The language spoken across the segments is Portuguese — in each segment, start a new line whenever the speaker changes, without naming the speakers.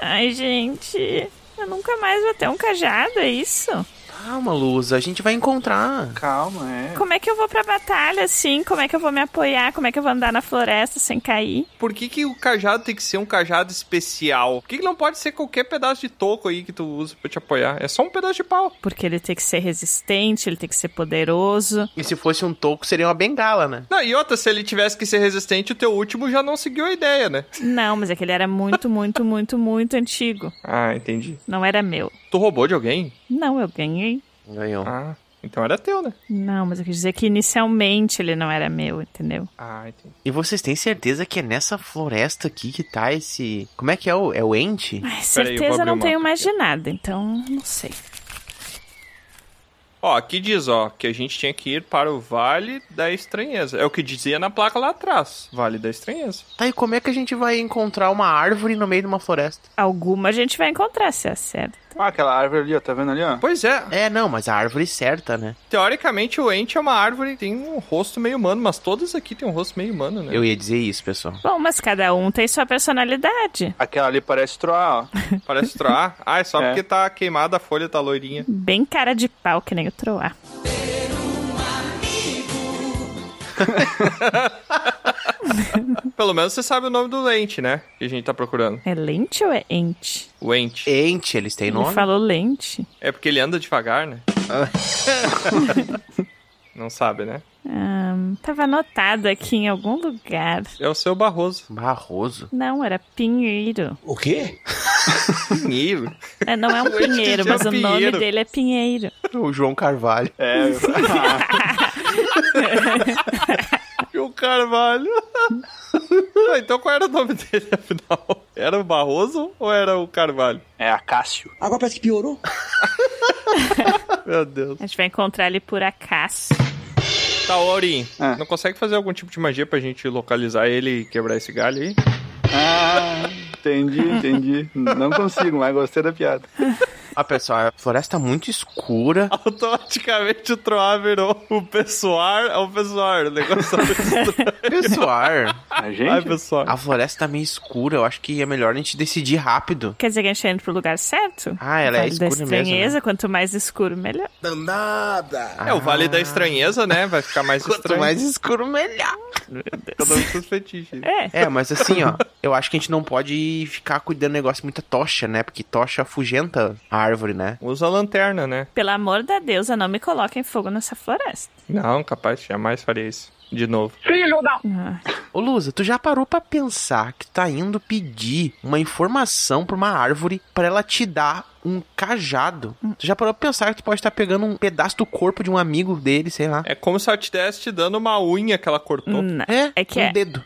Ai, gente. Eu nunca mais vou ter um cajado, é isso?
Calma, Luz, a gente vai encontrar.
Calma, é.
Como é que eu vou pra batalha assim? Como é que eu vou me apoiar? Como é que eu vou andar na floresta sem cair?
Por que, que o cajado tem que ser um cajado especial? Por que, que não pode ser qualquer pedaço de toco aí que tu usa pra te apoiar? É só um pedaço de pau.
Porque ele tem que ser resistente, ele tem que ser poderoso.
E se fosse um toco, seria uma bengala, né?
Não, e outra, se ele tivesse que ser resistente, o teu último já não seguiu a ideia, né?
Não, mas é que ele era muito, muito, muito, muito antigo.
Ah, entendi.
Não era meu.
Tu roubou de alguém?
Não, eu ganhei.
Ganhou.
Ah, então era teu, né?
Não, mas eu quis dizer que inicialmente ele não era meu, entendeu?
Ah, entendi.
E vocês têm certeza que é nessa floresta aqui que tá esse. Como é que é o. É o ente?
Ai,
Peraí, eu vou
certeza
abrir
não
o
tenho
mapa
mais de nada, então não sei.
Ó, aqui diz, ó, que a gente tinha que ir para o Vale da Estranheza. É o que dizia na placa lá atrás. Vale da Estranheza.
Tá, e como é que a gente vai encontrar uma árvore no meio de uma floresta?
Alguma a gente vai encontrar, se é acerta.
Ah, aquela árvore ali, ó, tá vendo ali, ó?
Pois é,
É, não, mas a árvore certa, né?
teoricamente o Ente é uma árvore que tem um rosto meio humano, mas todas aqui tem um rosto meio humano, né?
Eu ia dizer isso, pessoal.
Bom, mas cada um tem sua personalidade.
Aquela ali parece troar, ó.
Parece troar. Ah, é só
É.
porque tá queimada a folha, tá loirinha.
Bem cara de pau, que nem o Troar.
Pelo menos você sabe o nome do Ente, né? Que a gente tá procurando.
É lente ou é ente?
O Ente.
Ente, eles têm
Ele
nome?
falou lente.
É porque ele anda devagar, né? Não sabe, né?
Ahn, tava anotado aqui em algum lugar.
É o seu Barroso.
Barroso.
Não, era pinheiro.
O quê?
Pinheiro.
É, não é um pinheiro,
tinha
mas o nome
pinheiro.
dele é pinheiro.
O João Carvalho.
É,
João Carvalho. Ah, então qual era o nome dele, afinal? Era o Barroso ou era o Carvalho?
é Acácio.
Agora parece que piorou.
Meu Deus.
A gente vai encontrar ele por acaso.
Tá, o Aurim,
Ah.
não consegue fazer algum tipo de magia pra gente localizar ele e quebrar esse galho aí?
Ah, entendi, entendi. Não consigo, mas gostei da piada.
Ah, pessoal, a floresta tá muito escura.
Automaticamente o Troá virou o Pessoar ao Pessoar. O negócio tá meio estranho.
Pessoal,
A
Ai,
gente?
Pessoar.
a floresta tá meio escura. Eu acho que é melhor a gente decidir rápido.
Quer dizer que a gente tá indo pro lugar certo?
Ah, ela é
Vale da
escura mesmo,
né?
estranheza, quanto mais escuro, melhor.
Danada.
Ah.
É, o Vale da Estranheza, né? Vai ficar mais
Quanto
estranho.
mais escuro, melhor.
Cada um com seus fetiches.
É,
É, mas assim, ó, eu acho que a gente não pode ficar cuidando do negócio muita tocha, né? Porque tocha afugenta a árvore, né?
Usa a lanterna, né?
pelo amor da deusa, não me coloquem fogo nessa floresta.
Não, capaz, jamais faria isso. De novo.
Ô, Lusa, tu já parou pra pensar que tu tá indo pedir uma informação pra uma árvore pra ela te dar um cajado?
Hum.
Tu já parou pra pensar que tu pode estar pegando um pedaço do corpo de um amigo dele, sei lá?
É como se ela estivesse te dando uma unha que ela cortou.
Não.
É,
É que
um
é.
dedo.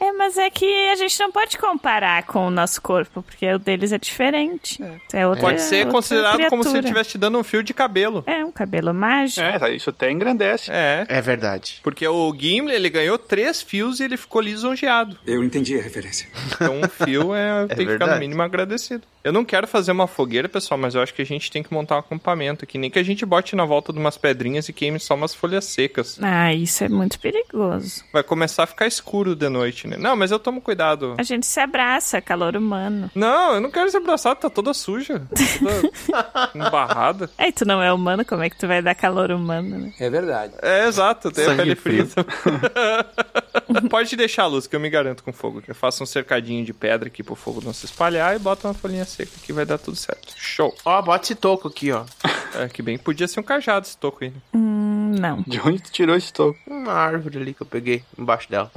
É, mas é que a gente não pode comparar com o nosso corpo, porque o deles é diferente. É outra-
Pode ser
outra
considerado como se
criatura.
ele estivesse te dando um fio de cabelo.
É, um cabelo mágico.
É, tá, isso até engrandece.
É.
É verdade.
Porque o Gimli, ele ganhou três fios e ele ficou lisonjeado.
Eu entendi a referência.
Então um fio é, tem que ficar
verdade.
no mínimo agradecido. Eu não quero fazer uma fogueira, pessoal, mas eu acho que a gente tem que montar um acampamento aqui. Nem que a gente bote na volta de umas pedrinhas e queime só umas folhas secas.
Ah, isso é muito perigoso.
Vai começar a ficar escuro de noite, né? Não, mas eu tomo cuidado.
A gente se abraça, calor humano.
Não, eu não quero ser abraçado, tá toda suja. Tá Toda embarrada.
Aí tu não é humano, como é que tu vai dar calor humano, né?
É verdade.
É, exato, tem a
Sangue
pele fria.
frio.
Pode deixar a luz, que eu me garanto com fogo. Eu faço um cercadinho de pedra aqui pro fogo não se espalhar e boto uma folhinha seca que vai dar tudo certo. Show.
Ó, bota esse toco aqui, ó.
É, que bem, podia ser um cajado esse toco aí.
Hum, Não.
De onde tu tirou esse toco?
Uma árvore ali que eu peguei embaixo dela.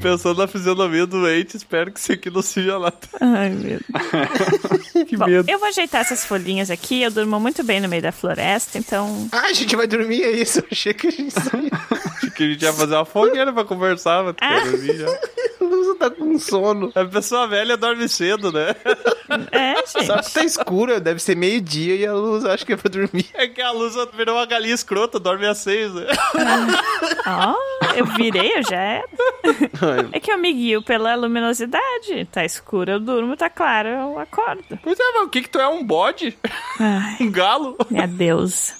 Pensando na fisionomia do ente, espero que isso aqui não seja lá. tá?
Ai, meu Deus.
Que
Bom,
medo.
eu vou ajeitar essas folhinhas aqui. Eu durmo muito bem no meio da floresta, então.
Ah, a gente vai dormir, é isso. Eu achei que a gente saía.
Acho que a gente ia fazer uma fogueira pra conversar, mas
Ah.
quero ouvir já.
A Lusa tá com sono.
A pessoa velha dorme cedo, né?
É,
Só
gente.
que tá escura, deve ser meio-dia e a luz acho que é pra dormir.
É que a luz virou uma galinha escrota, dorme às seis, né?
Ó, eu virei, eu já era. É que eu me guio pela luminosidade. Tá escuro, eu durmo, tá claro, eu acordo.
Pois é, mas o que que tu é? Um bode? Um galo?
Minha deusa.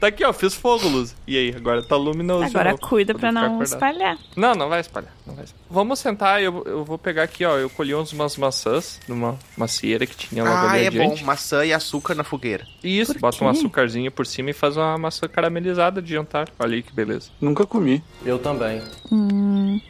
Tá aqui, ó, fiz fogo, Luz. E aí, agora tá luminoso. de
Agora
novo,
cuida
pra
pra
não ficar
não
acordado.
espalhar.
Não, não vai espalhar. Não vai espalhar. Vamos sentar, eu, eu vou pegar aqui, ó. Eu colhi uns, umas maçãs numa macieira que tinha logo
Ah,
ali
é bom.
adiante.
Maçã e açúcar na fogueira.
E Isso, bota um açúcarzinho por cima e faz uma maçã caramelizada de jantar. Olha aí que beleza.
Nunca comi.
Eu também.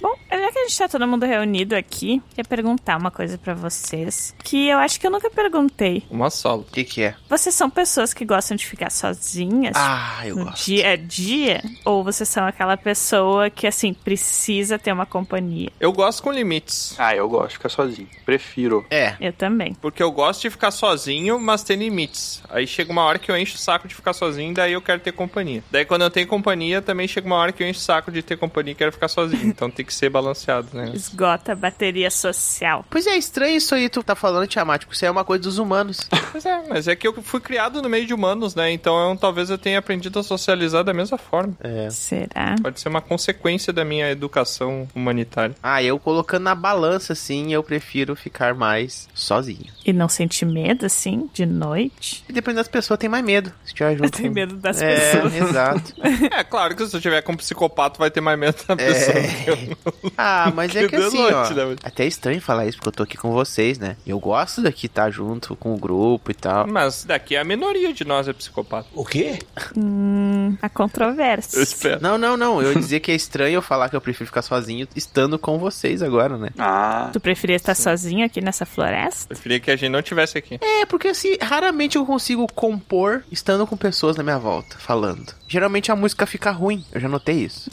Bom, já que a gente tá todo mundo reunido aqui, queria perguntar uma coisa pra vocês. Que eu acho que eu nunca perguntei.
Uma solo.
O que que é?
Vocês são pessoas que gostam de ficar sozinhas?
Ah, eu
No
gosto.
Um dia a dia? Ou vocês são aquela pessoa que, assim, precisa ter uma companhia?
Eu gosto com limites.
Ah, eu gosto de ficar sozinho. Prefiro.
É.
Eu também.
Porque eu gosto de ficar sozinho, mas tem limites. Aí chega uma hora que eu encho o saco de ficar sozinho, daí eu quero ter companhia. Daí quando eu tenho companhia, também chega uma hora que eu encho o saco de ter companhia e quero ficar sozinho. Então tem que ser balanceado, né?
Esgota a bateria social.
Pois é, estranho isso aí, tu tá falando, Tiamat, porque isso aí é uma coisa dos humanos.
Pois é, mas é que eu fui criado no meio de humanos, né? Então eu- talvez eu tenha aprendido a socializar da mesma forma.
É.
Será?
Pode ser uma consequência da minha educação humanitária.
Ah, eu colocando na balança, assim, eu prefiro ficar mais sozinho.
E não sentir medo, assim, de noite?
E dependendo das pessoas, tem mais medo. Se tiver junto.
Tem medo das
É,
pessoas.
exato.
É, claro que se eu tiver com um psicopata, vai ter mais medo da pessoa. que eu-
É. Ah, mas é
Que
que assim,
noite,
ó.
né, mas-
Até é estranho falar isso, porque eu tô aqui com vocês, né? Eu gosto daqui estar junto com o grupo e tal.
Mas daqui a minoria de nós é psicopata.
O quê?
A controvérsia.
Eu espero.
Não, não, não. Eu ia dizer que é estranho eu falar que eu prefiro ficar sozinho estando com vocês agora, né?
Ah,
Tu preferia estar sozinho aqui nessa floresta?
Preferia que a gente não tivesse aqui.
É, porque assim, raramente eu consigo compor estando com pessoas na minha volta, falando. Geralmente a música fica ruim, eu já notei isso.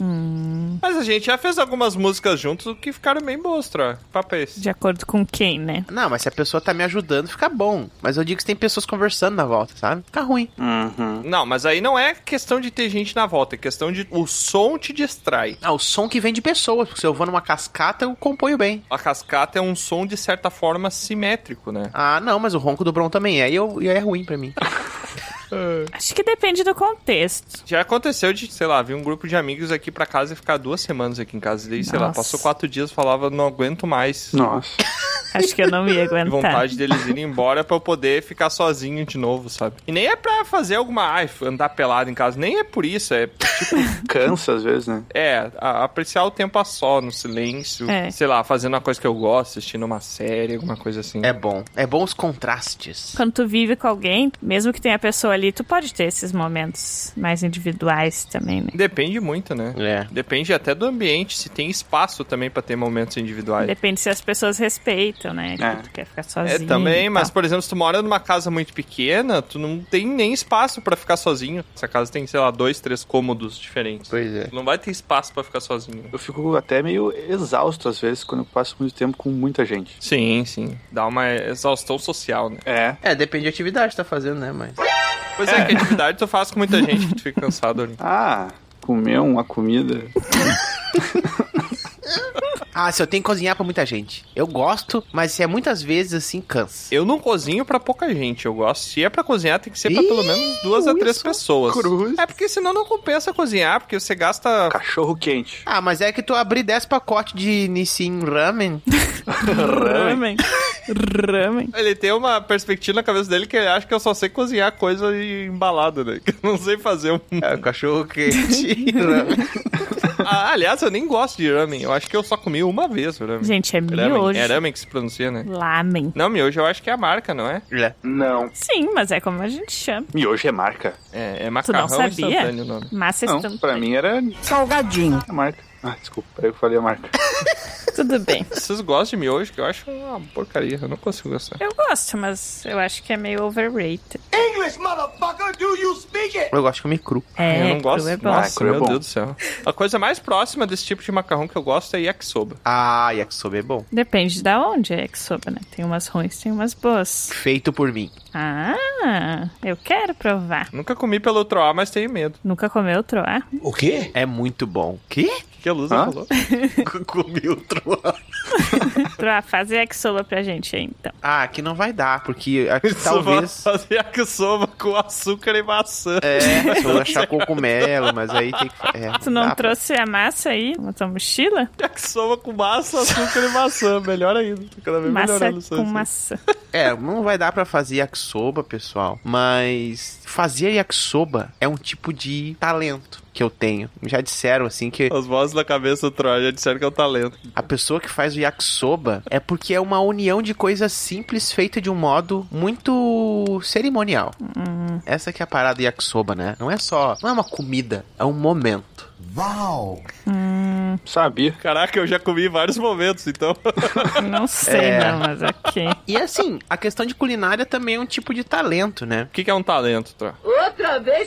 Mas a gente já fez algumas músicas juntos que ficaram bem boas, Troia. Papo é esse.
De acordo com quem, né?
Não, mas se a pessoa tá me ajudando, fica bom. Mas eu digo que tem pessoas conversando na volta, sabe? Fica ruim.
uhum.
Não, mas aí não é questão de ter gente na volta, é questão de o som te distrai.
Ah, o som que vem de pessoas, porque se eu vou numa cascata, eu componho bem.
A cascata é um som de certa forma simétrico, né?
Ah, não, mas o ronco do Bron também é, e eu, e é ruim pra mim.
Acho que depende do contexto.
Já aconteceu de, sei lá, vir um grupo de amigos aqui pra casa e ficar duas semanas aqui em casa. E daí, sei lá,
Nossa.
passou quatro dias, falava, não aguento mais.
Nossa.
Acho que eu não ia
E
aguentar.
vontade deles irem embora pra eu poder ficar sozinho de novo, sabe? E nem é pra fazer alguma. Ai, andar pelado em casa. Nem é por isso. É,
Cansa às vezes, né?
é a- apreciar o tempo a só, no silêncio.
É.
Sei lá, fazendo uma coisa que eu gosto, assistindo uma série, alguma coisa assim.
É bom. É bom os contrastes.
Quando tu vive com alguém, mesmo que tenha a pessoa ali, tu pode ter esses momentos mais individuais também, né?
Depende muito, né?
É.
Depende até do ambiente, se tem espaço também pra ter momentos individuais.
Depende se as pessoas respeitam, né? Que
É.
tu quer ficar
É,
sozinho.
também,
e
mas,
tal.
por exemplo, se tu mora numa casa muito pequena, tu não tem nem espaço pra ficar sozinho. Essa casa tem, sei lá, dois, três cômodos diferentes.
Pois é.
Tu não vai ter espaço pra ficar sozinho.
Eu fico até meio exausto às vezes quando eu passo muito tempo com muita gente.
Sim, sim. Dá uma exaustão social, né?
É.
É, depende da atividade que tá fazendo, né, mas...
Pois é, que atividade tu faz com muita gente que tu fica cansado ali.
Ah, comer uma comida.
Ah, se eu tenho que cozinhar pra muita gente. Eu gosto, mas é muitas vezes, assim, cansa.
Eu não cozinho pra pouca gente, eu gosto. Se é pra cozinhar, tem que ser pra
Ih,
pelo menos duas a três
Wilson
pessoas.
Cruz.
É porque senão não compensa cozinhar, porque você gasta.
Cachorro quente.
Ah, mas é que tu abrir 10 pacotes de Nissin Ramen.
Ramen. Ramen.
Ele tem uma perspectiva na cabeça dele que ele acha que eu só sei cozinhar coisa e embalada, né? Que eu não sei fazer um.
É, cachorro quente. ramen.
Ah, aliás, eu nem gosto de ramen. Eu acho que eu só comi uma vez o ramen.
Gente, é
ramen.
miojo.
É ramen que se pronuncia, né?
Lamen.
Não, miojo eu acho que é a marca, não é?
É.
Não.
Sim, mas é como a gente chama.
Miojo é marca.
É, é
Tu não
macarrão
sabia?
instantâneo o nome.
Massa
Não,
instantânea.
pra mim era
Salgadinho.
a marca. Ah, desculpa, peraí que eu falei a marca.
Tudo bem.
Vocês gostam de miojo? Que eu acho uma porcaria. Eu não consigo gostar.
Eu gosto, mas eu acho que é meio overrated.
English, motherfucker, do you speak it?
Eu gosto de comer cru.
É,
Ah, eu não gosto.
cru é bom.
Nossa,
cru é
meu
bom.
Deus do céu. A coisa mais próxima desse tipo de macarrão que eu gosto é yakisoba.
Ah, yakisoba é bom.
Depende da onde é que soba, né? Tem umas ruins, tem umas boas.
Feito por mim.
Ah, eu quero provar.
Nunca comi pelo troá, mas tenho medo.
Nunca comeu troar?
O quê?
É muito bom. Que?
O que a Lusa
Hã?
falou?
Comi o troá.
Troar, faz yakisoba pra gente aí, então.
Ah, aqui não vai dar, porque aqui
Só
talvez...
Fazer yakisoba com açúcar e maçã.
É, se eu achar cogumelo, mas aí tem que... É,
Tu não
dá pra-
trouxe a massa aí na tua mochila?
Yakisoba com massa, açúcar e maçã. Melhor ainda. Tô Cada vez
Massa
assim. melhorando isso
com
aí.
maçã.
É, não vai dar pra fazer yakisoba, pessoal. Mas Fazer yakisoba é um tipo de talento que eu tenho. Já disseram assim que
Os vozes da cabeça do Troy já disseram que é o talento.
a pessoa que faz o yakisoba é porque é uma união de coisas simples feita de um modo muito cerimonial. Essa que é a parada do yakisoba, né? Não é só, não é uma comida, é um momento.
Wow.
Sabia.
Caraca, eu já comi em vários momentos, então.
Não sei,
É.
não, mas ok.
E assim, a questão de culinária também é um tipo de talento, né?
O que, que é um talento, Troy?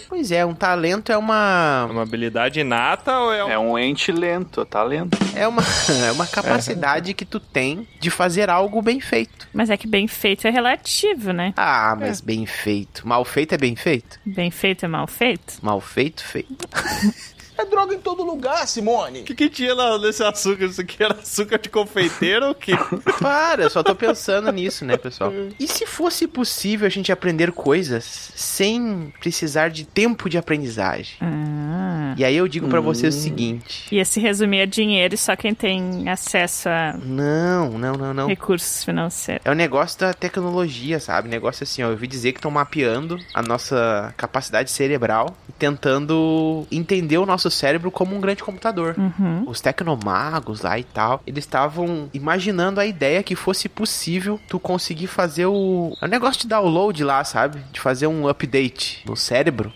Pois é, um talento é
É
uma
uma habilidade inata ou é um.
É um ente lento, tá lento.
é uma é uma capacidade que tu tem de fazer algo bem feito.
Mas é que bem feito é relativo, né?
Ah, mas bem feito. Mal feito é bem feito?
Bem feito é mal feito?
Mal feito, feito.
É droga em todo lugar, Simone.
O que, que tinha lá nesse açúcar? Isso aqui era açúcar de confeiteiro ou o quê?
Para, eu só tô pensando nisso, né, pessoal? E se fosse possível a gente aprender coisas sem precisar de tempo de aprendizagem?
Ah.
E aí eu digo pra vocês o seguinte:
Ia se resumir a dinheiro e só quem tem acesso a
Não, não, não, não.
recursos financeiros.
É o negócio da tecnologia, sabe? Negócio assim, ó. Eu ouvi dizer que estão mapeando a nossa capacidade cerebral e tentando entender o nosso cérebro como um grande computador.
Uhum.
Os tecnomagos lá e tal, eles estavam imaginando a ideia que fosse possível tu conseguir fazer o. É um negócio de download lá, sabe? De fazer um update no cérebro,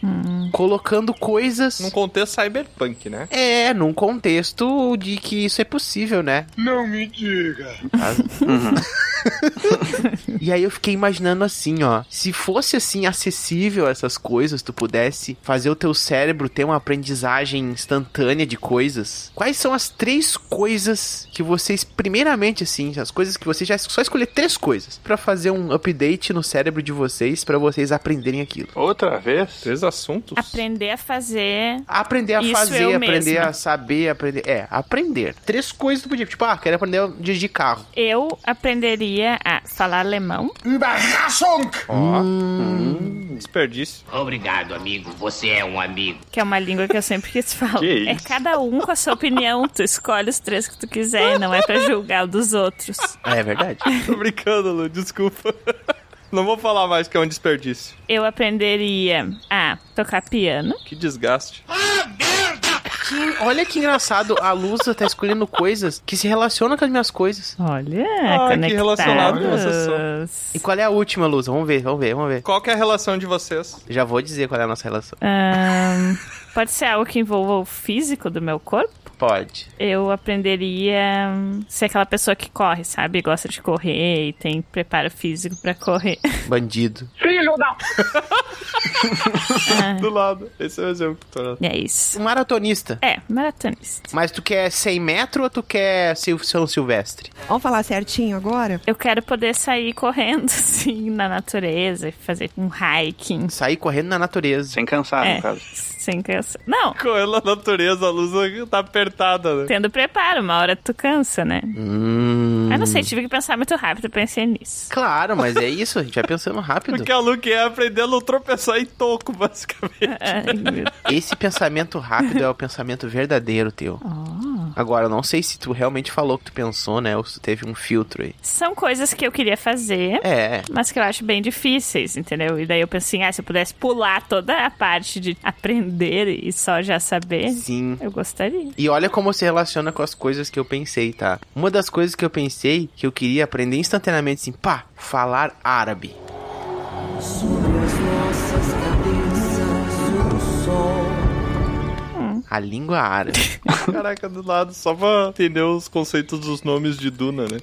colocando coisas.
Num contexto cyberpunk, né?
É, num contexto de que isso é possível, né?
Não me diga.
Uhum.
E aí eu fiquei imaginando assim, ó. Se fosse assim acessível essas coisas, tu pudesse fazer o teu cérebro ter uma aprendizagem instantânea de coisas. Quais são as três coisas que vocês primeiramente assim, as coisas que vocês já só escolher três coisas pra fazer um update no cérebro de vocês pra vocês aprenderem aquilo.
Outra vez?
Três assuntos.
Aprender a fazer.
Aprender a
Isso
fazer,
eu
aprender
mesma.
a saber, aprender. É, aprender. Três coisas tu podia. Tipo, ah, quero aprender a dirigir carro.
Eu aprenderia a falar alemão.
Überraschung.
Desperdício.
Obrigado, amigo. Você é um amigo.
Que é uma língua que eu sempre quis falar.
Que
É
isso?
cada um com a sua opinião. Tu escolhe os três que tu quiser e não é pra julgar o dos outros.
É verdade.
Tô brincando, Lu, desculpa. Não vou falar mais que é um desperdício.
Eu aprenderia a tocar piano.
Que desgaste.
Que- olha que engraçado, a Lusa tá escolhendo coisas que se relacionam com as minhas coisas.
Olha,
Ah, que relacionado com essa
conectados.
E qual é a última, Lusa? Vamos ver, vamos ver, vamos ver.
Qual que é a relação de vocês?
Já vou dizer qual é a nossa relação.
Ahn, pode ser algo que envolva o físico do meu corpo?
Pode.
Eu aprenderia hum, ser aquela pessoa que corre, sabe? Gosta de correr e tem preparo físico pra correr.
Bandido.
Do lado. Esse é o exemplo que eu tô dando.
E é isso.
Um Maratonista.
É, maratonista.
Mas tu quer 100 metros ou tu quer Sil- São Silvestre?
Vamos falar certinho agora?
Eu quero poder sair correndo, assim, na natureza e fazer um hiking.
Sair correndo na natureza.
Sem cansar,
É,
Ah, no caso.
sem cansa. Não,
Correndo na natureza, a luz tá apertada, né?
tendo preparo, uma hora tu cansa, né?
Hum.
Eu não sei, tive que pensar muito rápido, eu pensei nisso.
Claro, mas é isso, a gente vai pensando rápido.
Porque a Lu quer aprender a não tropeçar em toco, basicamente.
Ai, meu
Esse pensamento rápido é o pensamento verdadeiro teu. Agora, eu não sei se tu realmente falou o que tu pensou, né? Ou se tu teve um filtro aí.
São coisas que eu queria fazer,
É,
mas que eu acho bem difíceis, entendeu? E daí eu pensei, ah, se eu pudesse pular toda a parte de aprender e só já saber,
sim.
eu gostaria.
E olha como se relaciona com as coisas que eu pensei, tá? Uma das coisas que eu pensei que eu queria aprender instantaneamente, assim, pá, falar árabe. A língua árabe.
Caraca, do lado, só pra entender os conceitos dos nomes de Duna, né?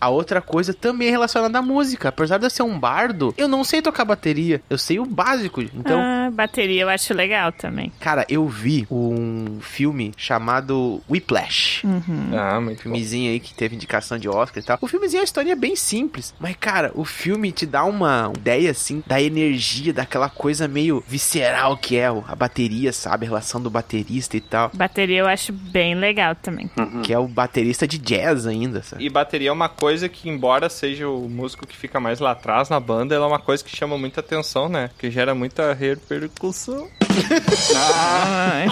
A outra coisa também é relacionada à música. Apesar de eu ser um bardo, eu não sei tocar bateria. Eu sei o básico. Então,
Ah, bateria eu acho legal também.
cara, eu vi um filme chamado Whiplash.
Ah, muito
filmezinho aí que teve indicação de Oscar e tal. O filmezinho, a história é bem simples. Mas, cara, o filme te dá uma ideia, assim, da energia, daquela coisa meio visceral que é o- a bateria, sabe? A relação do baterista e tal.
Bateria eu acho bem legal também.
Que é o baterista de jazz ainda, sabe?
E bateria é uma coisa que, embora seja o músico que fica mais lá atrás na banda, ela é uma coisa que chama muita atenção, né? Que gera muita repercussão.
Ai.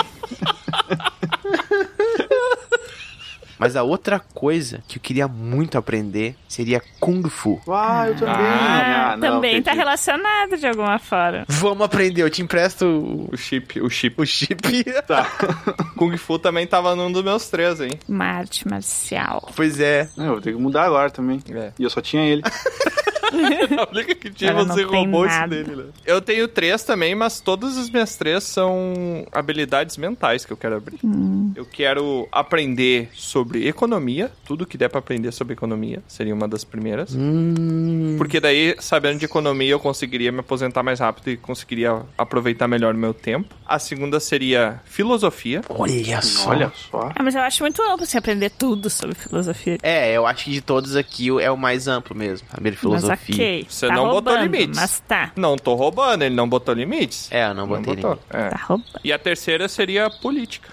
Mas a outra coisa que eu queria muito aprender seria Kung Fu.
Ah, eu também.
Ah,
não,
também tá
acredito.
relacionado de alguma forma.
Vamos aprender, eu te empresto o-
O chip, o chip.
o chip.
Tá. Kung Fu também tava num dos meus três, hein?
Uma arte marcial.
Pois é.
É, eu vou ter que mudar agora também.
É.
E eu só tinha ele.
A única que tinha
Ela
você
não tem
roubou isso
nada.
dele, né? Eu tenho três também, mas todas as minhas três são habilidades mentais que eu quero abrir.
Hum.
Eu quero aprender sobre economia, tudo que der pra aprender sobre economia seria uma das primeiras.
Hum.
Porque daí, sabendo de economia, eu conseguiria me aposentar mais rápido e conseguiria aproveitar melhor o meu tempo. A segunda seria filosofia.
Olha só.
Olha só.
Ah, mas eu acho muito amplo você aprender tudo sobre filosofia.
É, eu acho que de todos aqui é o mais amplo mesmo. Saber filosofia.
Mas ok.
Você
tá
não botou
roubando,
limites.
Mas tá.
Não tô roubando, ele não botou limites.
É, eu não botei
botou.
ninguém.
É.
Tá roubando.
E a terceira seria a política.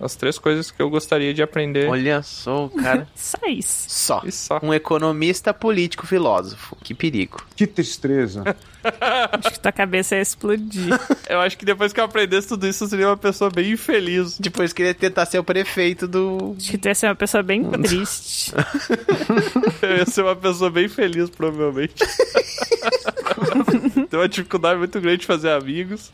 As três coisas que eu gostaria de aprender.
Olha só, cara.
Só isso.
Só.
E só.
Um economista político filósofo. Que perigo.
Que tristeza.
Acho que tua cabeça ia explodir.
Eu acho que depois que eu aprendesse tudo isso, eu seria uma pessoa bem infeliz.
Depois queria tentar ser o prefeito do.
Acho que tu ia ser uma pessoa bem triste.
Eu ia ser uma pessoa bem feliz, provavelmente. Tem uma dificuldade muito grande de fazer amigos.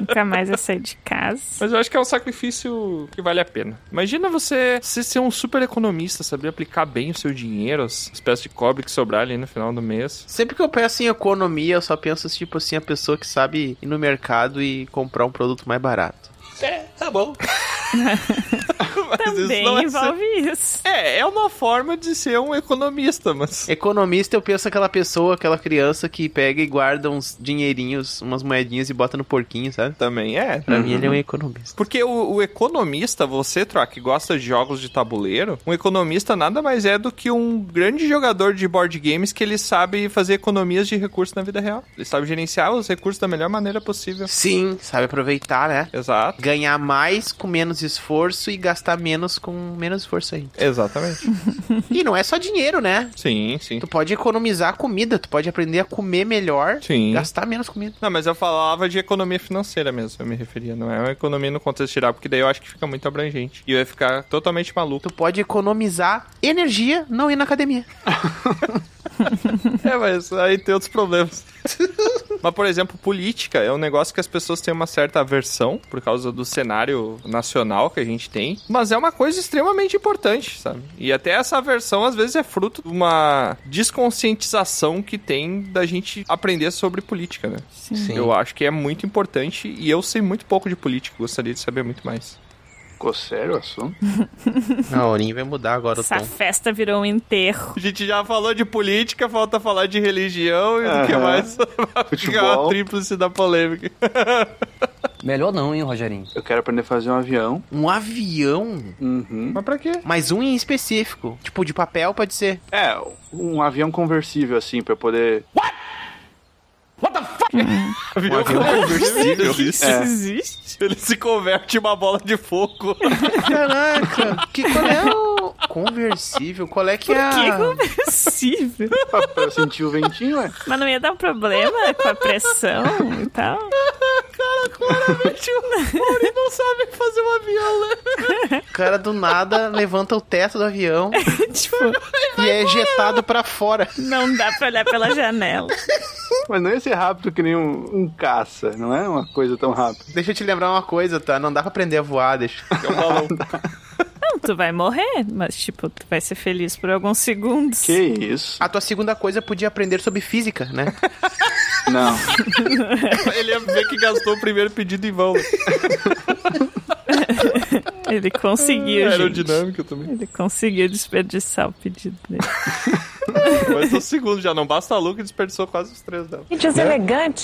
Nunca mais ia sair de casa.
Mas eu acho que é um sacrifício que vale a pena. Imagina você, você ser um super economista, saber aplicar bem o seu dinheiro, as espécies de cobre que sobrar ali no final do mês.
Sempre que eu penso em economia, eu só penso, tipo assim, a pessoa que sabe ir no mercado e comprar um produto mais barato.
É, tá
Mas
Também envolve isso.
É, é uma forma de ser um economista, mas.
Economista, eu penso aquela pessoa, aquela criança que pega e guarda uns dinheirinhos, umas moedinhas e bota no porquinho, sabe?
Também é.
Pra mim, ele é um economista.
Porque o, o economista, você, Troá, que gosta de jogos de tabuleiro, um economista nada mais é do que um grande jogador de board games que ele sabe fazer economias de recursos na vida real. Ele sabe gerenciar os recursos da melhor maneira possível.
Sim, sabe aproveitar, né?
Exato.
Ganhar mais com menos esforço e gastar menos com menos esforço aí.
Exatamente.
E não é só dinheiro, né?
sim, sim.
Tu pode economizar comida, tu pode aprender a comer melhor,
Sim.
gastar menos comida.
Não, mas eu falava de economia financeira mesmo, eu me referia. Não é uma economia no contexto geral, porque daí eu acho que fica muito abrangente. E eu ia ficar totalmente maluco.
Tu pode economizar energia, não ir na academia.
É, mas aí tem outros problemas. mas, por exemplo, política é um negócio que as pessoas têm uma certa aversão por causa do cenário nacional que a gente tem. Mas é uma coisa extremamente importante, sabe? E até essa aversão, às vezes, é fruto de uma desconscientização que tem da gente aprender sobre política, né?
Sim.
Eu acho que é muito importante e eu sei muito pouco de política, gostaria de saber muito mais.
Ficou sério o assunto?
Não, o Ninho vai mudar agora o
Essa
tom.
festa virou um enterro.
A gente já falou de política, falta falar de religião e do que
Aham.
mais. Vai ficar uma
Futebol.
tríplice da polêmica.
Melhor não, hein, Rogerinho?
Eu quero aprender a fazer um avião.
Um avião,
Uhum.
Mas pra quê?
mas um em específico. Tipo, de papel pode ser.
É, um avião conversível, assim, pra eu poder.
Um avião
conversível.
Isso
É.
existe. Ele se converte em uma bola de fogo.
Caraca, que qual é o conversível? Qual é que é?
Que
a-
compreensível.
pra pra eu sentir o ventinho, ué.
Mas não ia dar um problema com a pressão e tal?
Ele não sabe fazer um avião, né?
O cara do nada levanta o teto do avião
tipo,
e é ejetado pra fora.
não dá pra olhar pela janela.
Mas não ia ser rápido que nem um, um caça, não é uma coisa tão rápida.
Deixa eu te lembrar uma coisa, tá? Não dá pra aprender a voar, deixa.
É um balão.
Não, tu vai morrer, mas tipo, tu vai ser feliz por alguns segundos.
Que isso?
A tua segunda coisa é podia aprender sobre física, né?
Não.
Ele ia ver que gastou o primeiro pedido em vão.
Ele conseguiu, gente.
Aerodinâmica também.
Ele conseguiu desperdiçar o pedido dele.
Mas o segundo já não basta a Luca desperdiçou quase os três dela.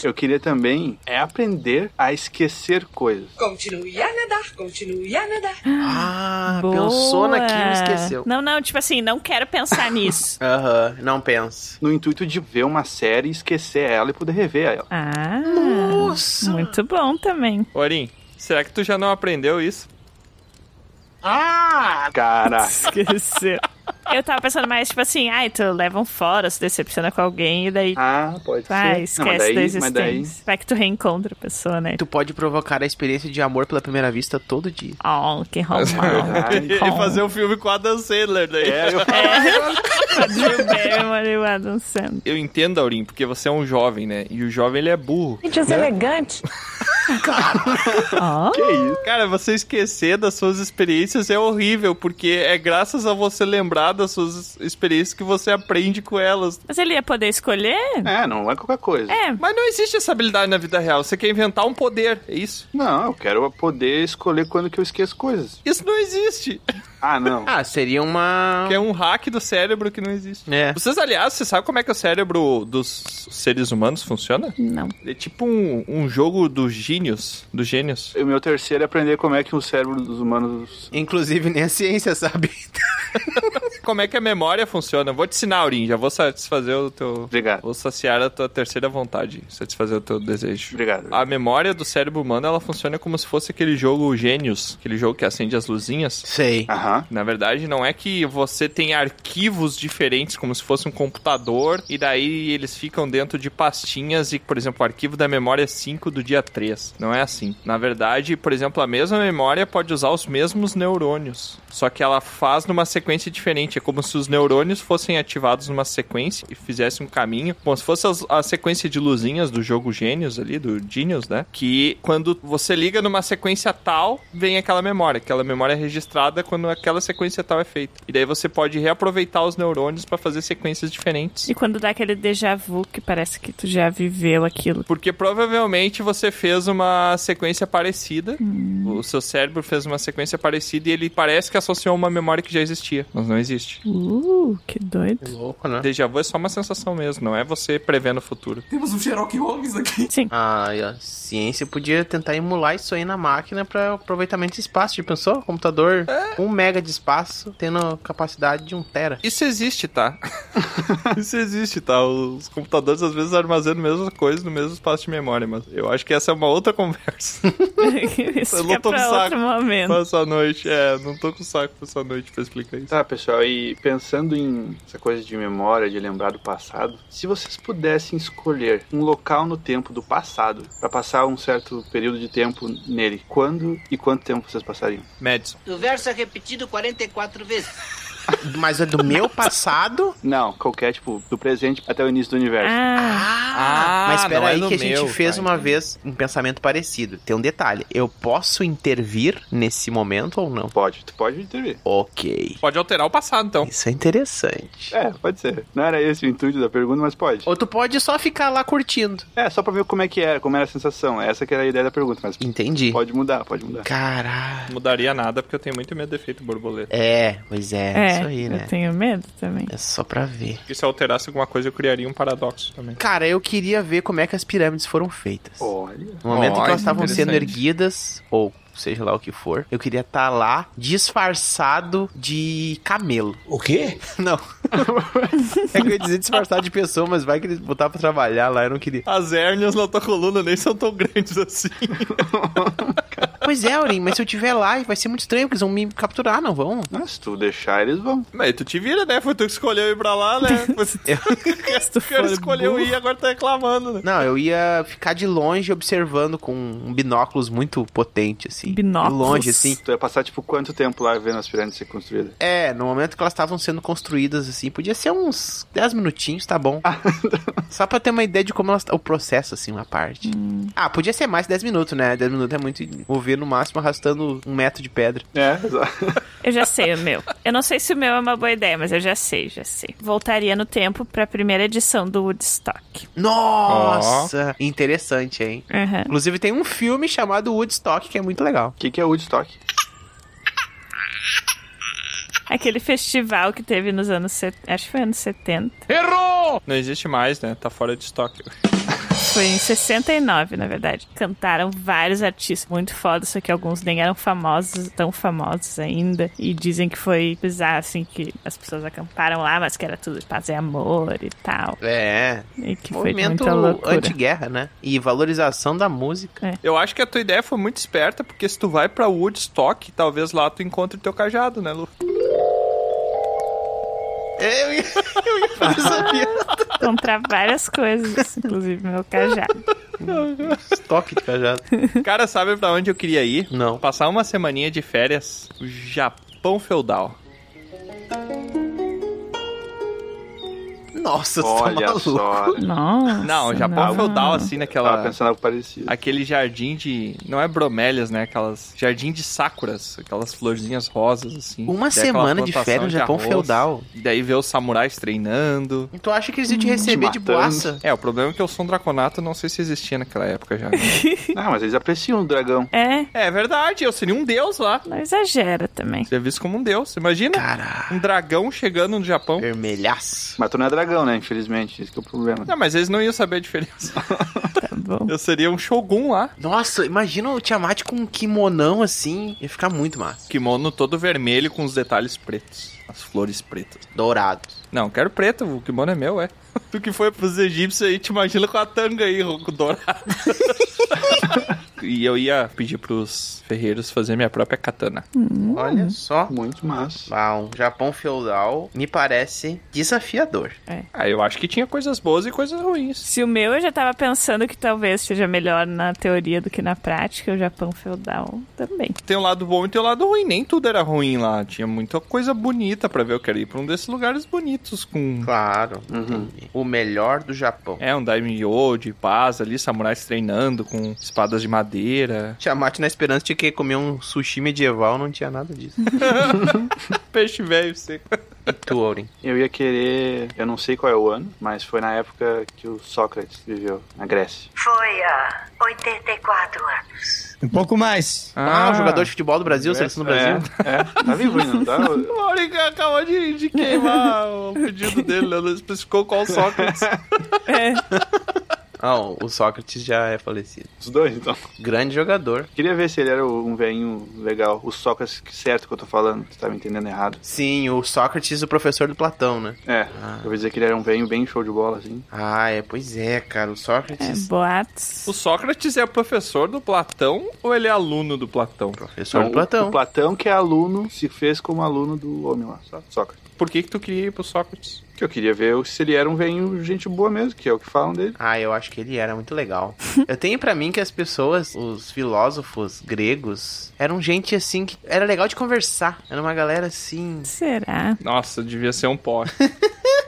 Eu queria também é aprender a esquecer coisas.
Continue a nadar, continue a nadar.
Ah, pensou naquilo e esqueceu.
Não, não, tipo assim, não quero pensar nisso.
Aham, não pensa.
No intuito de ver uma série, esquecer ela e poder rever ela.
Ah,
Nossa!
muito bom também.
Orim, será que tu já não aprendeu isso?
Cara,
Esqueceu. Eu tava pensando mais, tipo assim, ai, tu leva um fora, se decepciona com alguém, e daí.
Ah, pode
Ah,
ser.
esquece da
mas daí,
existência. Vai que tu reencontra a pessoa, né?
Tu pode provocar a experiência de amor pela primeira vista todo dia.
Oh, que
verdade.
romântico.
E e fazer um filme com a Adam Sandler né? daí.
É, eu...
Drew Barrymore e o Adam Sandler.
Eu entendo, Aurim, porque você é um jovem, né? E o jovem, ele é burro.
Gente, os elegantes.
Ó,
Que isso?
Cara, você esquecer das suas experiências é horrível, porque é graças a você lembrar das suas experiências que você aprende com elas.
Mas ele ia poder escolher?
É, não é qualquer coisa.
É,
Mas não existe essa habilidade na vida real. Você quer inventar um poder, é isso?
Não, eu quero poder escolher quando que eu esqueço coisas.
Isso não existe.
Ah, não.
Ah, seria uma.
Que é um hack do cérebro que não existe.
É.
Vocês, aliás, você sabe como é que o cérebro dos seres humanos funciona?
não.
É tipo um, um jogo dos gênios. Dos gênios.
O meu terceiro é aprender como é que o cérebro dos humanos.
Inclusive, nem a ciência sabe.
Como é que a memória funciona? Eu vou te ensinar, Aurim. Já vou satisfazer o teu.
Obrigado.
Vou saciar a tua terceira vontade. Satisfazer o teu desejo.
Obrigado.
A memória do cérebro humano, ela funciona como se fosse aquele jogo Gênios, aquele jogo que acende as luzinhas.
Sei.
Aham.
Na verdade, não é que você tem arquivos diferentes, como se fosse um computador, e daí eles ficam dentro de pastinhas, e, por exemplo, o arquivo da memória 5 do dia 3. Não é assim. Na verdade, por exemplo, a mesma memória pode usar os mesmos neurônios, só que ela faz numa sequência diferente. É como se os neurônios fossem ativados numa sequência e fizessem um caminho, como se fosse as- a sequência de luzinhas do jogo Gênios ali, do Genius, né? Que quando você liga numa sequência tal, vem aquela memória. Aquela memória é registrada quando aquela sequência tal é feita. E daí você pode reaproveitar os neurônios pra fazer sequências diferentes.
E quando dá aquele déjà vu que parece que tu já viveu aquilo.
Porque provavelmente você fez uma sequência parecida, o seu cérebro fez uma sequência parecida e ele parece que associou uma memória que já existia, mas não existe.
Uh, que doido.
Louco, né?
Déjà vu é só uma sensação mesmo, não é você prevendo o futuro.
Temos um Sherlock Holmes aqui.
Ah, e a ciência podia tentar emular isso aí na máquina pra aproveitamento de espaço. Já pensou? Computador
É.
com um mega de espaço, tendo capacidade de um tera.
Isso existe, tá? Isso existe, tá? Os computadores às vezes armazenam a mesma coisa no mesmo espaço de memória, mas eu acho que essa é uma outra conversa
Isso
Eu não
fica
tô no
pra
saco.
outro momento.
pra essa noite. É, não tô com saco pra essa noite pra explicar isso.
Tá, pessoal, e pensando em essa coisa de memória, de lembrar do passado, se vocês pudessem escolher um local no tempo do passado pra passar um certo período de tempo nele, quando e quanto tempo vocês passariam?
Madison.
O verso é repetido 44 vezes.
Mas é do meu passado?
Não, qualquer, tipo, do presente até o início do universo.
Ah,
Ah,
Mas espera
não é
aí
no
que a gente
meu,
fez
pai.
uma vez um pensamento parecido. Tem um detalhe. Eu posso intervir nesse momento ou não?
Pode, tu pode intervir.
Ok.
Pode alterar o passado, então.
Isso é interessante.
É, pode ser. Não era esse o intuito da pergunta, mas pode.
Ou tu pode só ficar lá curtindo.
É, só pra ver como é que era, como era a sensação. Essa que era a ideia da pergunta, mas
Entendi.
pode mudar, pode mudar.
Caralho.
Não mudaria nada, porque eu tenho muito medo de efeito borboleta.
É, pois é,
é.
isso aí, né?
Eu tenho medo também.
É só pra ver.
Porque se eu alterasse alguma coisa, eu criaria um paradoxo também.
Cara, eu queria ver como é que as pirâmides foram feitas.
Olha.
No momento em que
Olha,
elas estavam sendo
interessante.
erguidas, ou seja lá o que for, eu queria estar lá disfarçado de camelo.
O quê?
Não. é que eu ia dizer disfarçado de pessoa, mas vai que eles botaram pra trabalhar lá, eu não queria.
As hérnias na tua coluna nem são tão grandes assim.
Pois é, Aurim, mas se eu estiver lá, vai ser muito estranho, porque eles vão me capturar, não vão?
Mas se tu deixar, eles vão.
Mas tu te vira, né? Foi tu que escolheu ir pra lá, né? Foi tu
Se tu
que
for
escolheu
burro,
ir e agora tá reclamando, né?
Não, eu ia ficar de longe observando com um binóculos muito potente, assim.
Binóculos.
De longe, assim.
Tu ia passar, tipo, quanto tempo lá vendo as pirâmides ser construídas?
É, no momento que elas estavam sendo construídas, assim, podia ser uns 10 minutinhos, tá bom. Só pra ter uma ideia de como elas. O processo, assim, uma parte.
Hum.
Ah, podia ser mais 10 minutos, né? 10 minutos é muito. Vou ver no máximo arrastando um metro de pedra.
É, exato.
Eu já sei o meu. Eu não sei se o meu é uma boa ideia, mas eu já sei, já sei. Voltaria no tempo pra primeira edição do Woodstock.
Nossa! Interessante, hein?
Aham.
Inclusive tem um filme chamado Woodstock que é muito legal.
O que, que é Woodstock?
Aquele festival que teve nos anos... set- Acho que foi anos 70.
Não existe mais, né? Tá fora de estoque.
Foi em 69, na verdade. Cantaram vários artistas muito foda, só que alguns nem eram famosos, tão famosos ainda. E dizem que foi bizarro, assim, que as pessoas acamparam lá, mas que era tudo de paz e amor e tal.
É.
E que foi
Movimento
muita loucura.
anti-guerra, né? E valorização da música.
Eu acho que a tua ideia foi muito esperta, porque se tu vai pra Woodstock, talvez lá tu encontre teu cajado, né, Lu?
É, eu ia, eu ia fazer essa piada.
Comprar várias coisas, inclusive meu cajado.
Estoque de cajado.
Cara, sabe pra onde eu queria ir?
Não.
Passar uma semaninha de férias. O Japão feudal.
Nossa, você tá
Olha
maluco.
só.
Nossa.
Não, o Japão feudal, assim,
Tava
naquela...
pensando em algo parecido.
Aquele jardim de... Não é bromélias, né? Aquelas... Jardim de sakuras. Aquelas florzinhas rosas, assim.
Uma
Daí aquela
semana de
plantação
férias no
de
Japão
arroz.
feudal.
E Daí ver os samurais treinando.
Então acha que eles iam te receber de
matando.
boaça?
É, o problema é que o som draconato não sei se existia naquela época já. né?
Ah, mas eles apreciam o dragão.
É,
é verdade, eu seria um deus lá.
não exagera também.
Seria visto como um deus, imagina?
Cara,
Um dragão chegando no Japão.
vermelhaço.
Mas tu não é dragão, né? Infelizmente, esse que é o problema.
Não, mas eles não iam saber a diferença.
Tá bom.
Eu seria um shogun lá.
Nossa, imagina o Tiamat com um kimonão assim. Ia ficar muito massa.
Kimono todo vermelho com os detalhes pretos. As flores pretas.
Dourado.
Não, quero preto, o kimono é meu, é. Tu que foi pros egípcios aí, te imagina com a tanga aí, rouco dourado. e eu ia pedir pros ferreiros fazer minha própria katana.
Olha só.
Muito massa.
Ah, um Japão feudal me parece desafiador.
Ah, eu acho que tinha coisas boas e coisas ruins.
Se o meu eu já tava pensando que talvez seja melhor na teoria do que na prática, o Japão feudal também.
Tem um lado bom e tem um lado ruim. Nem tudo era ruim lá. Tinha muita coisa bonita pra ver. Eu quero ir pra um desses lugares bonitos com.
Claro.
Uhum.
entendi. O melhor do Japão.
É, um daimyo de paz ali, samurais treinando com espadas de madeira,
Tiamat na esperança de que comer um sushi medieval não tinha nada disso.
peixe velho seco.
e tu, Aurin?
Eu ia querer. Eu não sei qual é o ano, mas foi na época que o Sócrates viveu, na Grécia.
Foi há 84 anos.
Um pouco mais.
Ah, o jogador de futebol do Brasil, seleção do Brasil.
É, é. tá vivo ainda, não tá?
O Maurício acabou de, de queimar o pedido dele, né? Não especificou qual Sócrates.
Não, Ah, o Sócrates já é falecido.
Os dois, então.
Grande jogador.
Queria ver se ele era um veinho legal. O Sócrates certo que eu tô falando, tu tá me entendendo errado.
Sim, o Sócrates, o professor do Platão, né?
É, eu vou dizer que ele era um veinho bem show de bola, assim.
Ah, é, pois é, cara. O
É,
Sócrates.
boatos.
O Sócrates é professor do Platão ou ele é aluno do Platão?
Professor
Não,
do
o-
Platão.
O Platão, que é aluno, se fez como aluno do homem lá, só Sócrates.
Por que que tu queria ir pro Sócrates?
Que eu queria ver se ele era um veinho gente boa mesmo, que é o que falam dele.
Ah, eu acho que ele era muito legal. eu tenho pra mim que as pessoas, os filósofos gregos, eram gente assim que era legal de conversar. Era uma galera assim.
Será?
Nossa, devia ser um pó.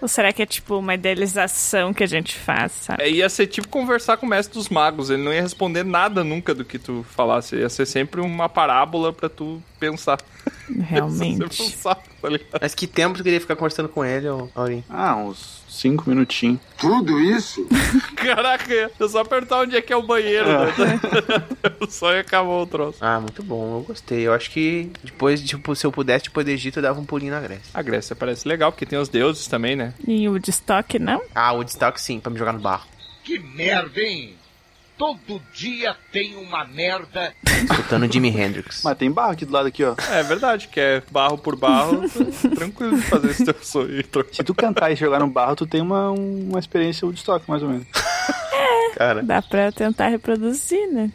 Ou será que é tipo uma idealização que a gente faz, sabe?
É, ia ser tipo conversar com o mestre dos magos. Ele não ia responder nada nunca do que tu falasse. Ia ser sempre uma parábola pra tu pensar. É, Ia ser sempre
Realmente.
um saco, tá ligado?
Mas que tempo tu queria ficar conversando com ele, ô, Aurim?
Ah, uns cinco minutinhos.
Tudo isso?
Caraca, eu só apertar onde é que é o banheiro. Né? o sonho acabou o troço.
Ah, muito bom, eu gostei. Eu acho que depois, tipo, se eu pudesse, depois do Egito, eu dava um pulinho na Grécia.
A Grécia parece legal, porque tem os deuses também, né?
E o de estoque, não?
Ah, o destaque sim, pra me jogar no barro.
Que merda, hein? Todo dia tem uma merda.
Escutando Jimi Hendrix.
Mas tem barro aqui do lado aqui, ó.
É verdade, que é barro por barro. tranquilo de fazer esse teu sonho. então. aí, troca.
Se tu cantar e jogar no barro, tu tem uma, uma experiência Woodstock, mais ou menos.
Cara,
Dá pra tentar reproduzir, né?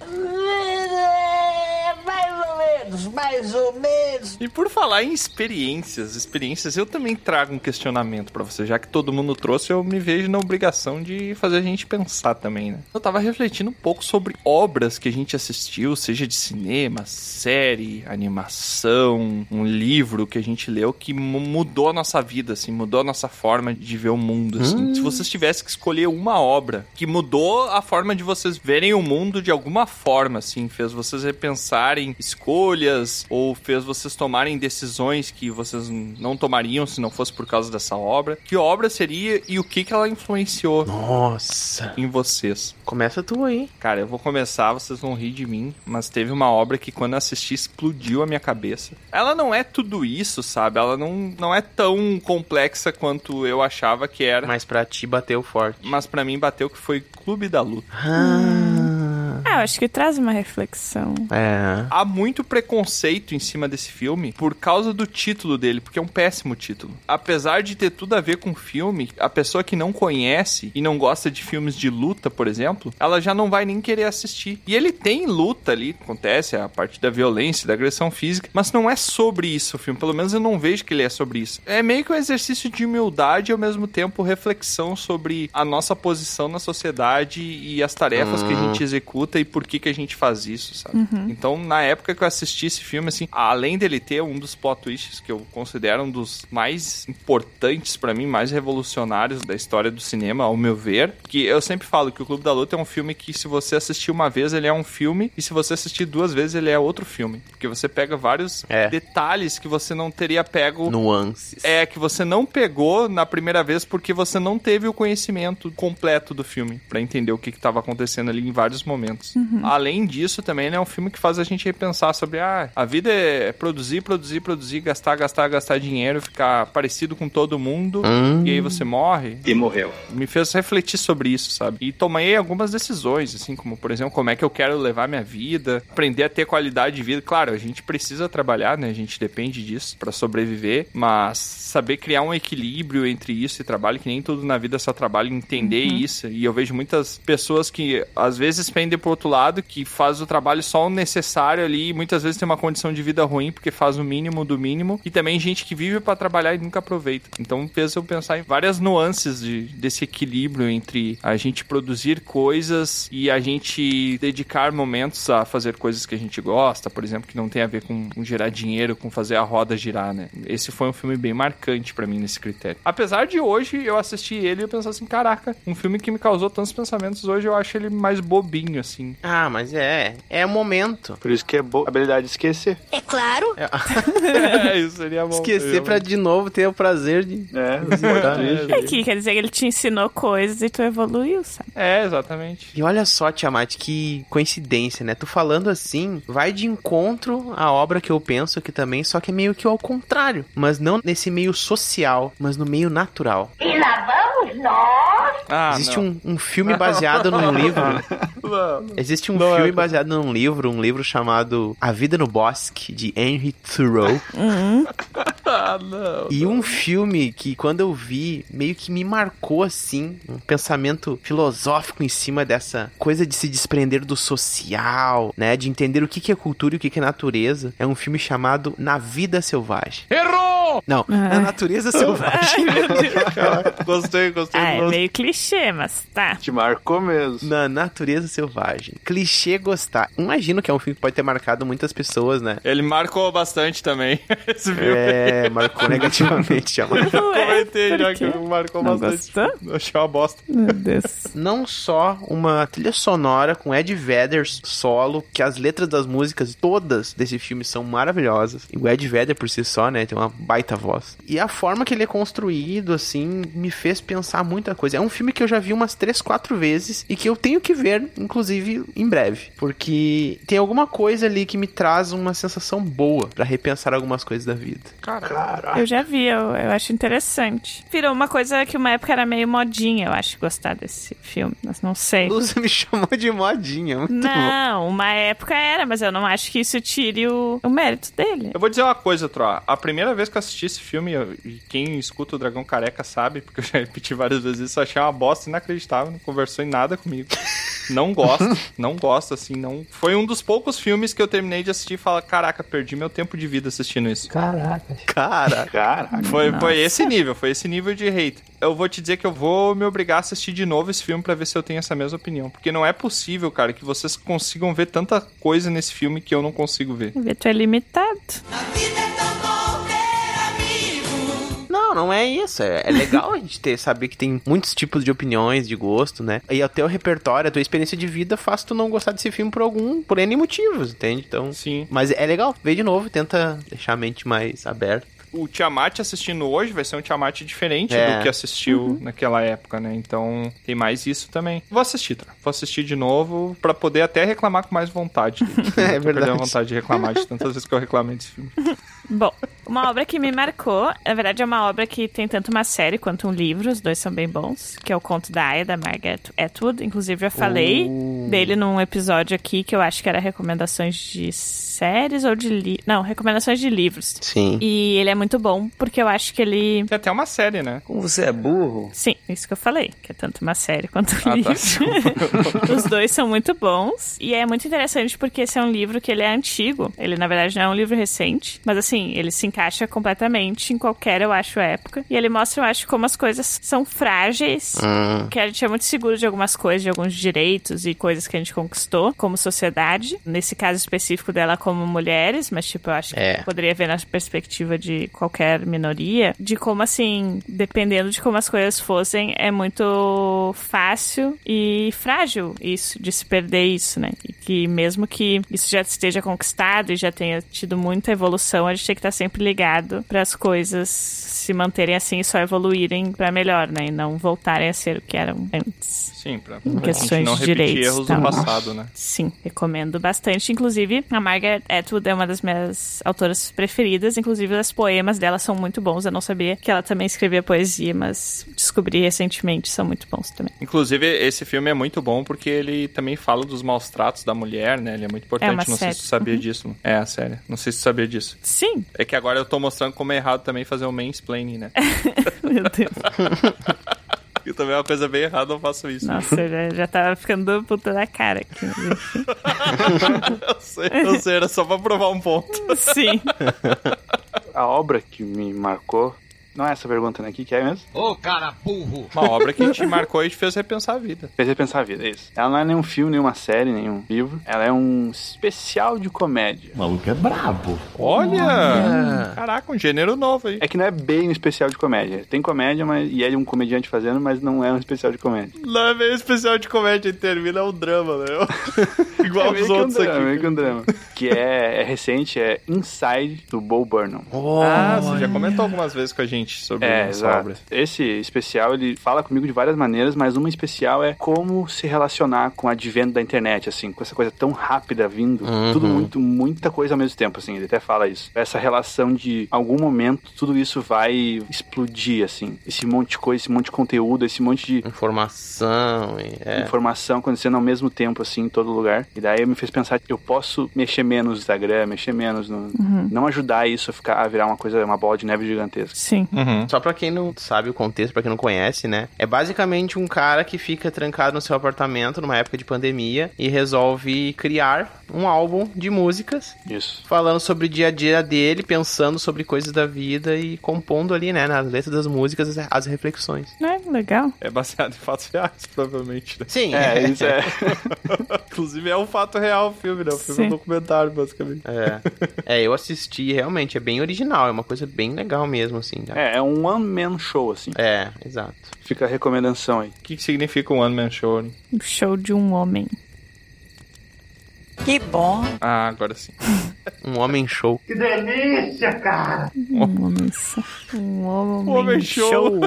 Mais ou menos, mais ou menos.
E por falar em experiências, experiências, eu também trago um questionamento pra você, já que todo mundo trouxe, eu me vejo na obrigação de fazer a gente pensar também, né? Eu tava refletindo um pouco sobre obras que a gente assistiu, seja de cinema, série, animação, um livro que a gente leu que mu- mudou a nossa vida, assim, mudou a nossa forma de ver o mundo, assim. Se vocês tivessem que escolher uma obra que mudou a forma de vocês verem o mundo de alguma forma, assim, fez vocês repensarem escolhas ou fez vocês tomarem decisões que vocês n- não tomariam se não fosse por causa dessa obra, que obra seria e o que que ela influenciou
nossa.
em vocês?
Começa tu aí.
Cara, eu vou começar, vocês vão rir de mim, mas teve uma obra que quando eu assisti explodiu a minha cabeça. Ela não é tudo isso, sabe? Ela não, não é tão complexa quanto eu achava que era. Mas...
Mas pra ti bateu forte.
pra mim bateu que foi Clube da Luta.
Ah.
Ah, eu acho que traz uma reflexão.
É.
Há muito preconceito em cima desse filme por causa do título dele, porque é um péssimo título. Apesar de ter tudo a ver com o filme, a pessoa que não conhece e não gosta de filmes de luta, por exemplo, ela já não vai nem querer assistir. E ele tem luta ali, acontece a parte da violência, da agressão física, mas não é sobre isso o filme. Pelo menos eu não vejo que ele é sobre isso. É meio que um exercício de humildade e ao mesmo tempo reflexão sobre a nossa posição na sociedade e as tarefas que a gente executa e por que que a gente faz isso, sabe? Então, na época que eu assisti esse filme, assim, além dele ter um dos plot twists que eu considero um dos mais importantes pra mim, mais revolucionários da história do cinema, ao meu ver, que eu sempre falo que o Clube da Luta é um filme que se você assistir uma vez, ele é um filme, e se você assistir duas vezes, ele é outro filme, porque você pega vários
É.
detalhes que você não teria pego
Nuances.
é que você não pegou na primeira vez porque você não teve o conhecimento completo do filme pra entender o que estava acontecendo ali em vários momentos. Além disso, também né, é um filme que faz a gente repensar sobre ah, a vida é produzir, produzir, produzir, gastar, gastar, gastar dinheiro, ficar parecido com todo mundo
Hum.
e aí você morre.
E morreu.
Me fez refletir sobre isso, sabe? E tomei algumas decisões, assim, como por exemplo, como é que eu quero levar minha vida, aprender a ter qualidade de vida. Claro, a gente precisa trabalhar, né? A gente depende disso pra sobreviver, mas saber criar um equilíbrio entre isso e trabalho, que nem tudo na vida é só trabalho, entender isso. E eu vejo muitas pessoas que às vezes pendem pro outro lado, que faz o trabalho só o necessário ali, e muitas vezes tem uma condição de vida ruim porque faz o mínimo do mínimo, e também gente que vive pra trabalhar e nunca aproveita. Então fez eu pensar em várias nuances de- desse equilíbrio entre a gente produzir coisas e a gente dedicar momentos a fazer coisas que a gente gosta, por exemplo, que não tem a ver com, com gerar dinheiro, com fazer a roda girar, né? Esse foi um filme bem marcante pra mim nesse critério. Apesar de hoje eu assistir ele e eu pensar assim, caraca, um filme que me causou tantos pensamentos hoje, eu acho ele mais bobinho, assim.
Ah, mas é. É o momento.
Por isso que é boa a habilidade de esquecer.
É claro.
é, isso seria bom.
Esquecer pra de novo ter o prazer de.
É,
É que quer dizer que ele te ensinou coisas e tu evoluiu, sabe?
É, exatamente.
E olha só, Tiamat, que coincidência, né? Tu falando assim, vai de encontro à obra que eu penso aqui também, só que é meio que ao contrário. Mas não nesse meio social, mas no meio natural.
E lá vamos nós.
Ah,
Existe
não. é
um, um filme baseado num livro. Existe um filme baseado num livro, um livro chamado A Vida no Bosque, de Henry Thoreau.
Tá,
Ah, não.
E um filme que, quando eu vi, meio que me marcou assim, um pensamento filosófico em cima dessa coisa de se desprender do social, né? De entender o que que é cultura e o que que é natureza. É um filme chamado Na Vida Selvagem. Errou! Não, Na Natureza Selvagem.
Gostei, gostei.
Ah, é
gostei.
meio clichê, mas tá.
Te marcou mesmo.
Na Natureza Selvagem. Clichê gostar. Imagino que é um filme que pode ter marcado muitas pessoas, né?
Ele marcou bastante também. Esse filme.
É, marcou negativamente, é chama.
Ué,
Comentei
por
já
quê?
que marcou
Não
bastante.
gostou?
Achei uma bosta.
Meu Deus.
não só uma trilha sonora com Ed Vedder solo, que as letras das músicas todas desse filme são maravilhosas. E o Ed Vedder por si só, né, tem uma baita voz. E a forma que ele é construído, assim, me fez pensar muita coisa. É um filme que eu já vi umas três, quatro vezes e que eu tenho que ver, inclusive, em breve. Porque tem alguma coisa ali que me traz uma sensação boa pra repensar algumas coisas da vida.
Eu já vi, eu, eu acho interessante. Virou uma coisa que uma época era meio modinha, eu acho, gostar desse filme, mas não sei.
Lusa me chamou de modinha, muito
Né?
bom.
Não, uma época era, mas eu não acho que isso tire o, o mérito dele.
Eu vou dizer uma coisa, Tro. A primeira vez que eu assisti esse filme, eu- e quem escuta o Dragão Careca sabe, porque eu já repeti várias vezes isso, eu achei uma bosta inacreditável, não conversou em nada comigo. Não gosto, não gosto, assim, não. Foi um dos poucos filmes que eu terminei de assistir e falar: caraca, perdi meu tempo de vida assistindo isso.
Cara,
Caraca.
Foi, foi esse nível, foi esse nível de hate. Eu vou te dizer que eu vou me obrigar a assistir de novo esse filme pra ver se eu tenho essa mesma opinião. Porque não é possível, cara, que vocês consigam ver tanta coisa nesse filme que eu não consigo ver.
O Vitor é limitado.
Não, não é isso. É, é legal a gente ter, saber que tem muitos tipos de opiniões, de gosto, né? E até o repertório, a tua experiência de vida faz tu não gostar desse filme por algum, por N motivos, entende? Então.
Sim.
Mas é legal, vê de novo, tenta deixar a mente mais aberta.
O Tiamat assistindo hoje vai ser um Tiamat diferente
É.
do que assistiu
Uhum.
naquela época, né? Então tem mais isso também. Vou assistir, tá? Vou assistir de novo pra poder até reclamar com mais vontade.
É
Perder a
verdade.
vontade de reclamar de tantas vezes que eu reclamei desse filme.
Bom, uma obra que me marcou, na verdade é uma obra que tem tanto uma série quanto um livro, os dois são bem bons, que é o Conto da Aya, da Margaret Atwood. Inclusive, eu falei dele num episódio aqui que eu acho que era recomendações de séries ou de livros. Não, recomendações de livros.
Sim.
E ele é muito bom porque eu acho que ele.
Tem até uma série, né?
Como você é burro?
Sim, isso que eu falei, que é tanto uma série quanto um
Ah, tá.
livro. Os dois são muito bons. E é muito interessante porque esse é um livro que ele é antigo. Ele, na verdade, não é um livro recente. Mas, assim, ele se encaixa completamente em qualquer, eu acho, época. E ele mostra, eu acho, como as coisas são frágeis.
Ah.
Que a gente é muito seguro de algumas coisas, de alguns direitos e coisas que a gente conquistou como sociedade. Nesse caso específico dela, como mulheres, mas, tipo, eu acho que
É.
poderia ver na perspectiva de qualquer minoria, de como, assim, dependendo de como as coisas fossem, é muito fácil e frágil isso, de se perder isso, né? E que mesmo que isso já esteja conquistado e já tenha tido muita evolução, a gente tem que estar sempre ligado para as coisas se manterem assim e só evoluírem para melhor, né? E não voltarem a ser o que eram antes.
Sim, pra,
Em
pra
questões
gente não
de
repetir
direitos,
erros
tá.
do passado, né?
Sim, recomendo bastante. Inclusive, a Margaret Atwood é uma das minhas autoras preferidas. Inclusive, os poemas dela são muito bons. Eu não sabia que ela também escrevia poesia, mas descobri recentemente, são muito bons também.
Inclusive, esse filme é muito bom porque ele também fala dos maus tratos da mulher, né? Ele é muito importante.
É uma
não sei
série.
se tu sabia disso. É, a série. Não sei se tu sabia disso.
Sim,
É que agora eu tô mostrando como é errado também fazer um mansplaining, né?
meu Deus.
E também é uma coisa bem errada, eu faço isso.
Nossa, eu já, já tava ficando puta da cara aqui.
Eu sei, eu sei, era só pra provar um ponto.
Sim.
A obra que me marcou. Não é essa pergunta, né? O que, que é mesmo?
Ô cara burro!
Uma obra que te marcou e te fez repensar a vida.
Fez repensar a vida, é isso. Ela não é nenhum filme, nenhuma série, nenhum livro. Ela é um especial de comédia.
O maluco é brabo.
Olha! Caraca, um gênero novo aí.
É que não é bem um especial de comédia. Tem comédia, mas e ele é um comediante fazendo, mas não é um especial de comédia.
Lá vem o é especial de comédia e termina um drama, né? Igual
é meio
os
que um
outros
drama,
aqui.
meio que um drama. que é, é recente, é Inside do Bo Burnham.
Oh.
Ah, você já comentou algumas vezes com a gente sobre
É,
essa
exato.
obra.
Esse especial, ele fala comigo de várias maneiras, mas uma especial é como se relacionar com o advento da internet, assim, com essa coisa tão rápida vindo,
Uhum.
tudo muito, muita coisa ao mesmo tempo, assim, ele até fala isso. Essa relação de, algum momento, tudo isso vai explodir, assim, esse monte de coisa, esse monte de conteúdo, esse monte de
Informação e... É.
informação acontecendo ao mesmo tempo, assim, em todo lugar. E daí me fez pensar que eu posso mexer menos no Instagram, mexer menos no... Não ajudar isso a ficar, a virar uma coisa, uma bola de neve gigantesca.
Sim.
Só pra quem não sabe o contexto, pra quem não conhece, né? É basicamente um cara que fica trancado no seu apartamento numa época de pandemia e resolve criar um álbum de músicas
Isso.
falando sobre o dia a dia dele, pensando sobre coisas da vida e compondo ali, né, nas letras das músicas as- as reflexões.
Não é legal?
É baseado em fatos reais, provavelmente, né?
Sim,
É, isso é...
Inclusive, é um fato real o filme, né? O filme é
Sim.
um documentário, basicamente.
É. É, eu assisti, realmente, é bem original, é uma coisa bem legal mesmo, assim. cara.
É, é um one-man show, assim.
É, exato.
Fica a recomendação aí.
O que, que significa um One Man Show? né?
Um show de um homem.
Que bom.
Ah, agora sim.
Um homem show.
Um homem só. Um homem,
Homem show.
show.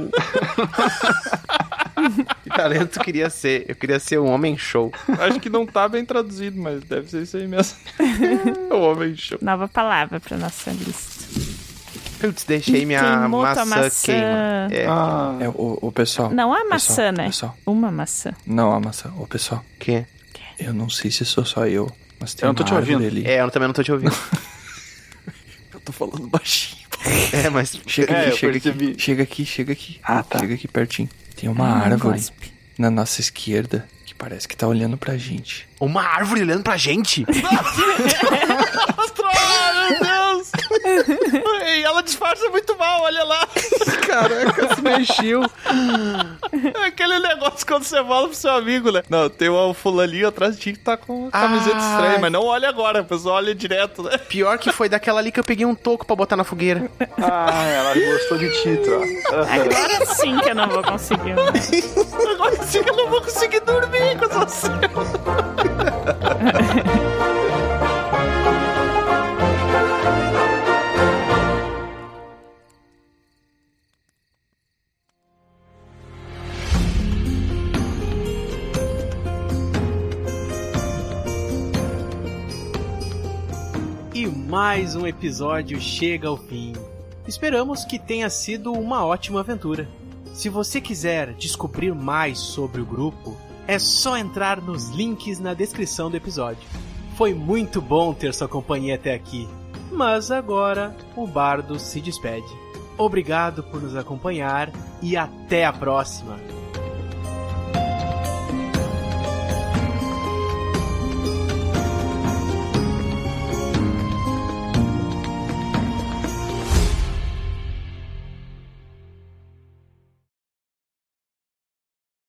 Que talento eu queria ser? Eu queria ser um homem show.
Acho que não tá bem traduzido, mas deve ser isso aí mesmo. o Homem Show.
Nova palavra pra nossa lista.
Eu te deixei minha
Queimou tua
maçã,
maçã.
queima. É,
É, o, pessoal.
Não a maçã, né?
pessoal.
Uma maçã.
Não, a maçã. Ô, pessoal,
que?
eu não sei se sou só eu, mas tem um
Eu não tô uma te árvore ouvindo.
ali.
É, eu também não tô te ouvindo.
Eu tô falando baixinho.
É, mas
Chega
É,
aqui,
eu
chega
percebi.
aqui. Chega aqui, chega aqui.
Ah, tá.
Chega aqui pertinho. Tem uma
Um
árvore
gospe.
na nossa esquerda que parece que tá olhando pra gente.
uma árvore olhando pra gente?
meu Deus! e ela disfarça muito mal, olha lá.
Caraca, se mexeu.
É Aquele negócio quando você fala pro seu amigo, né? Não, tem um fulaninho atrás de ti que tá com uma
Ah.
camiseta estranha, mas não olha agora, o pessoal olha direto, né?
Pior que foi daquela ali que eu peguei um toco pra botar na fogueira.
Ah, ela gostou de Tito, ó.
Agora sim que eu não vou conseguir. né?
Agora sim Um eu não vou conseguir dormir com essa cena.
E
mais um episódio chega ao fim. Esperamos que tenha sido uma ótima aventura. Se você quiser descobrir mais sobre o grupo, é só entrar nos links na descrição do episódio. Foi muito bom ter sua companhia até aqui, mas agora o bardo se despede. Obrigado por nos acompanhar e até a próxima!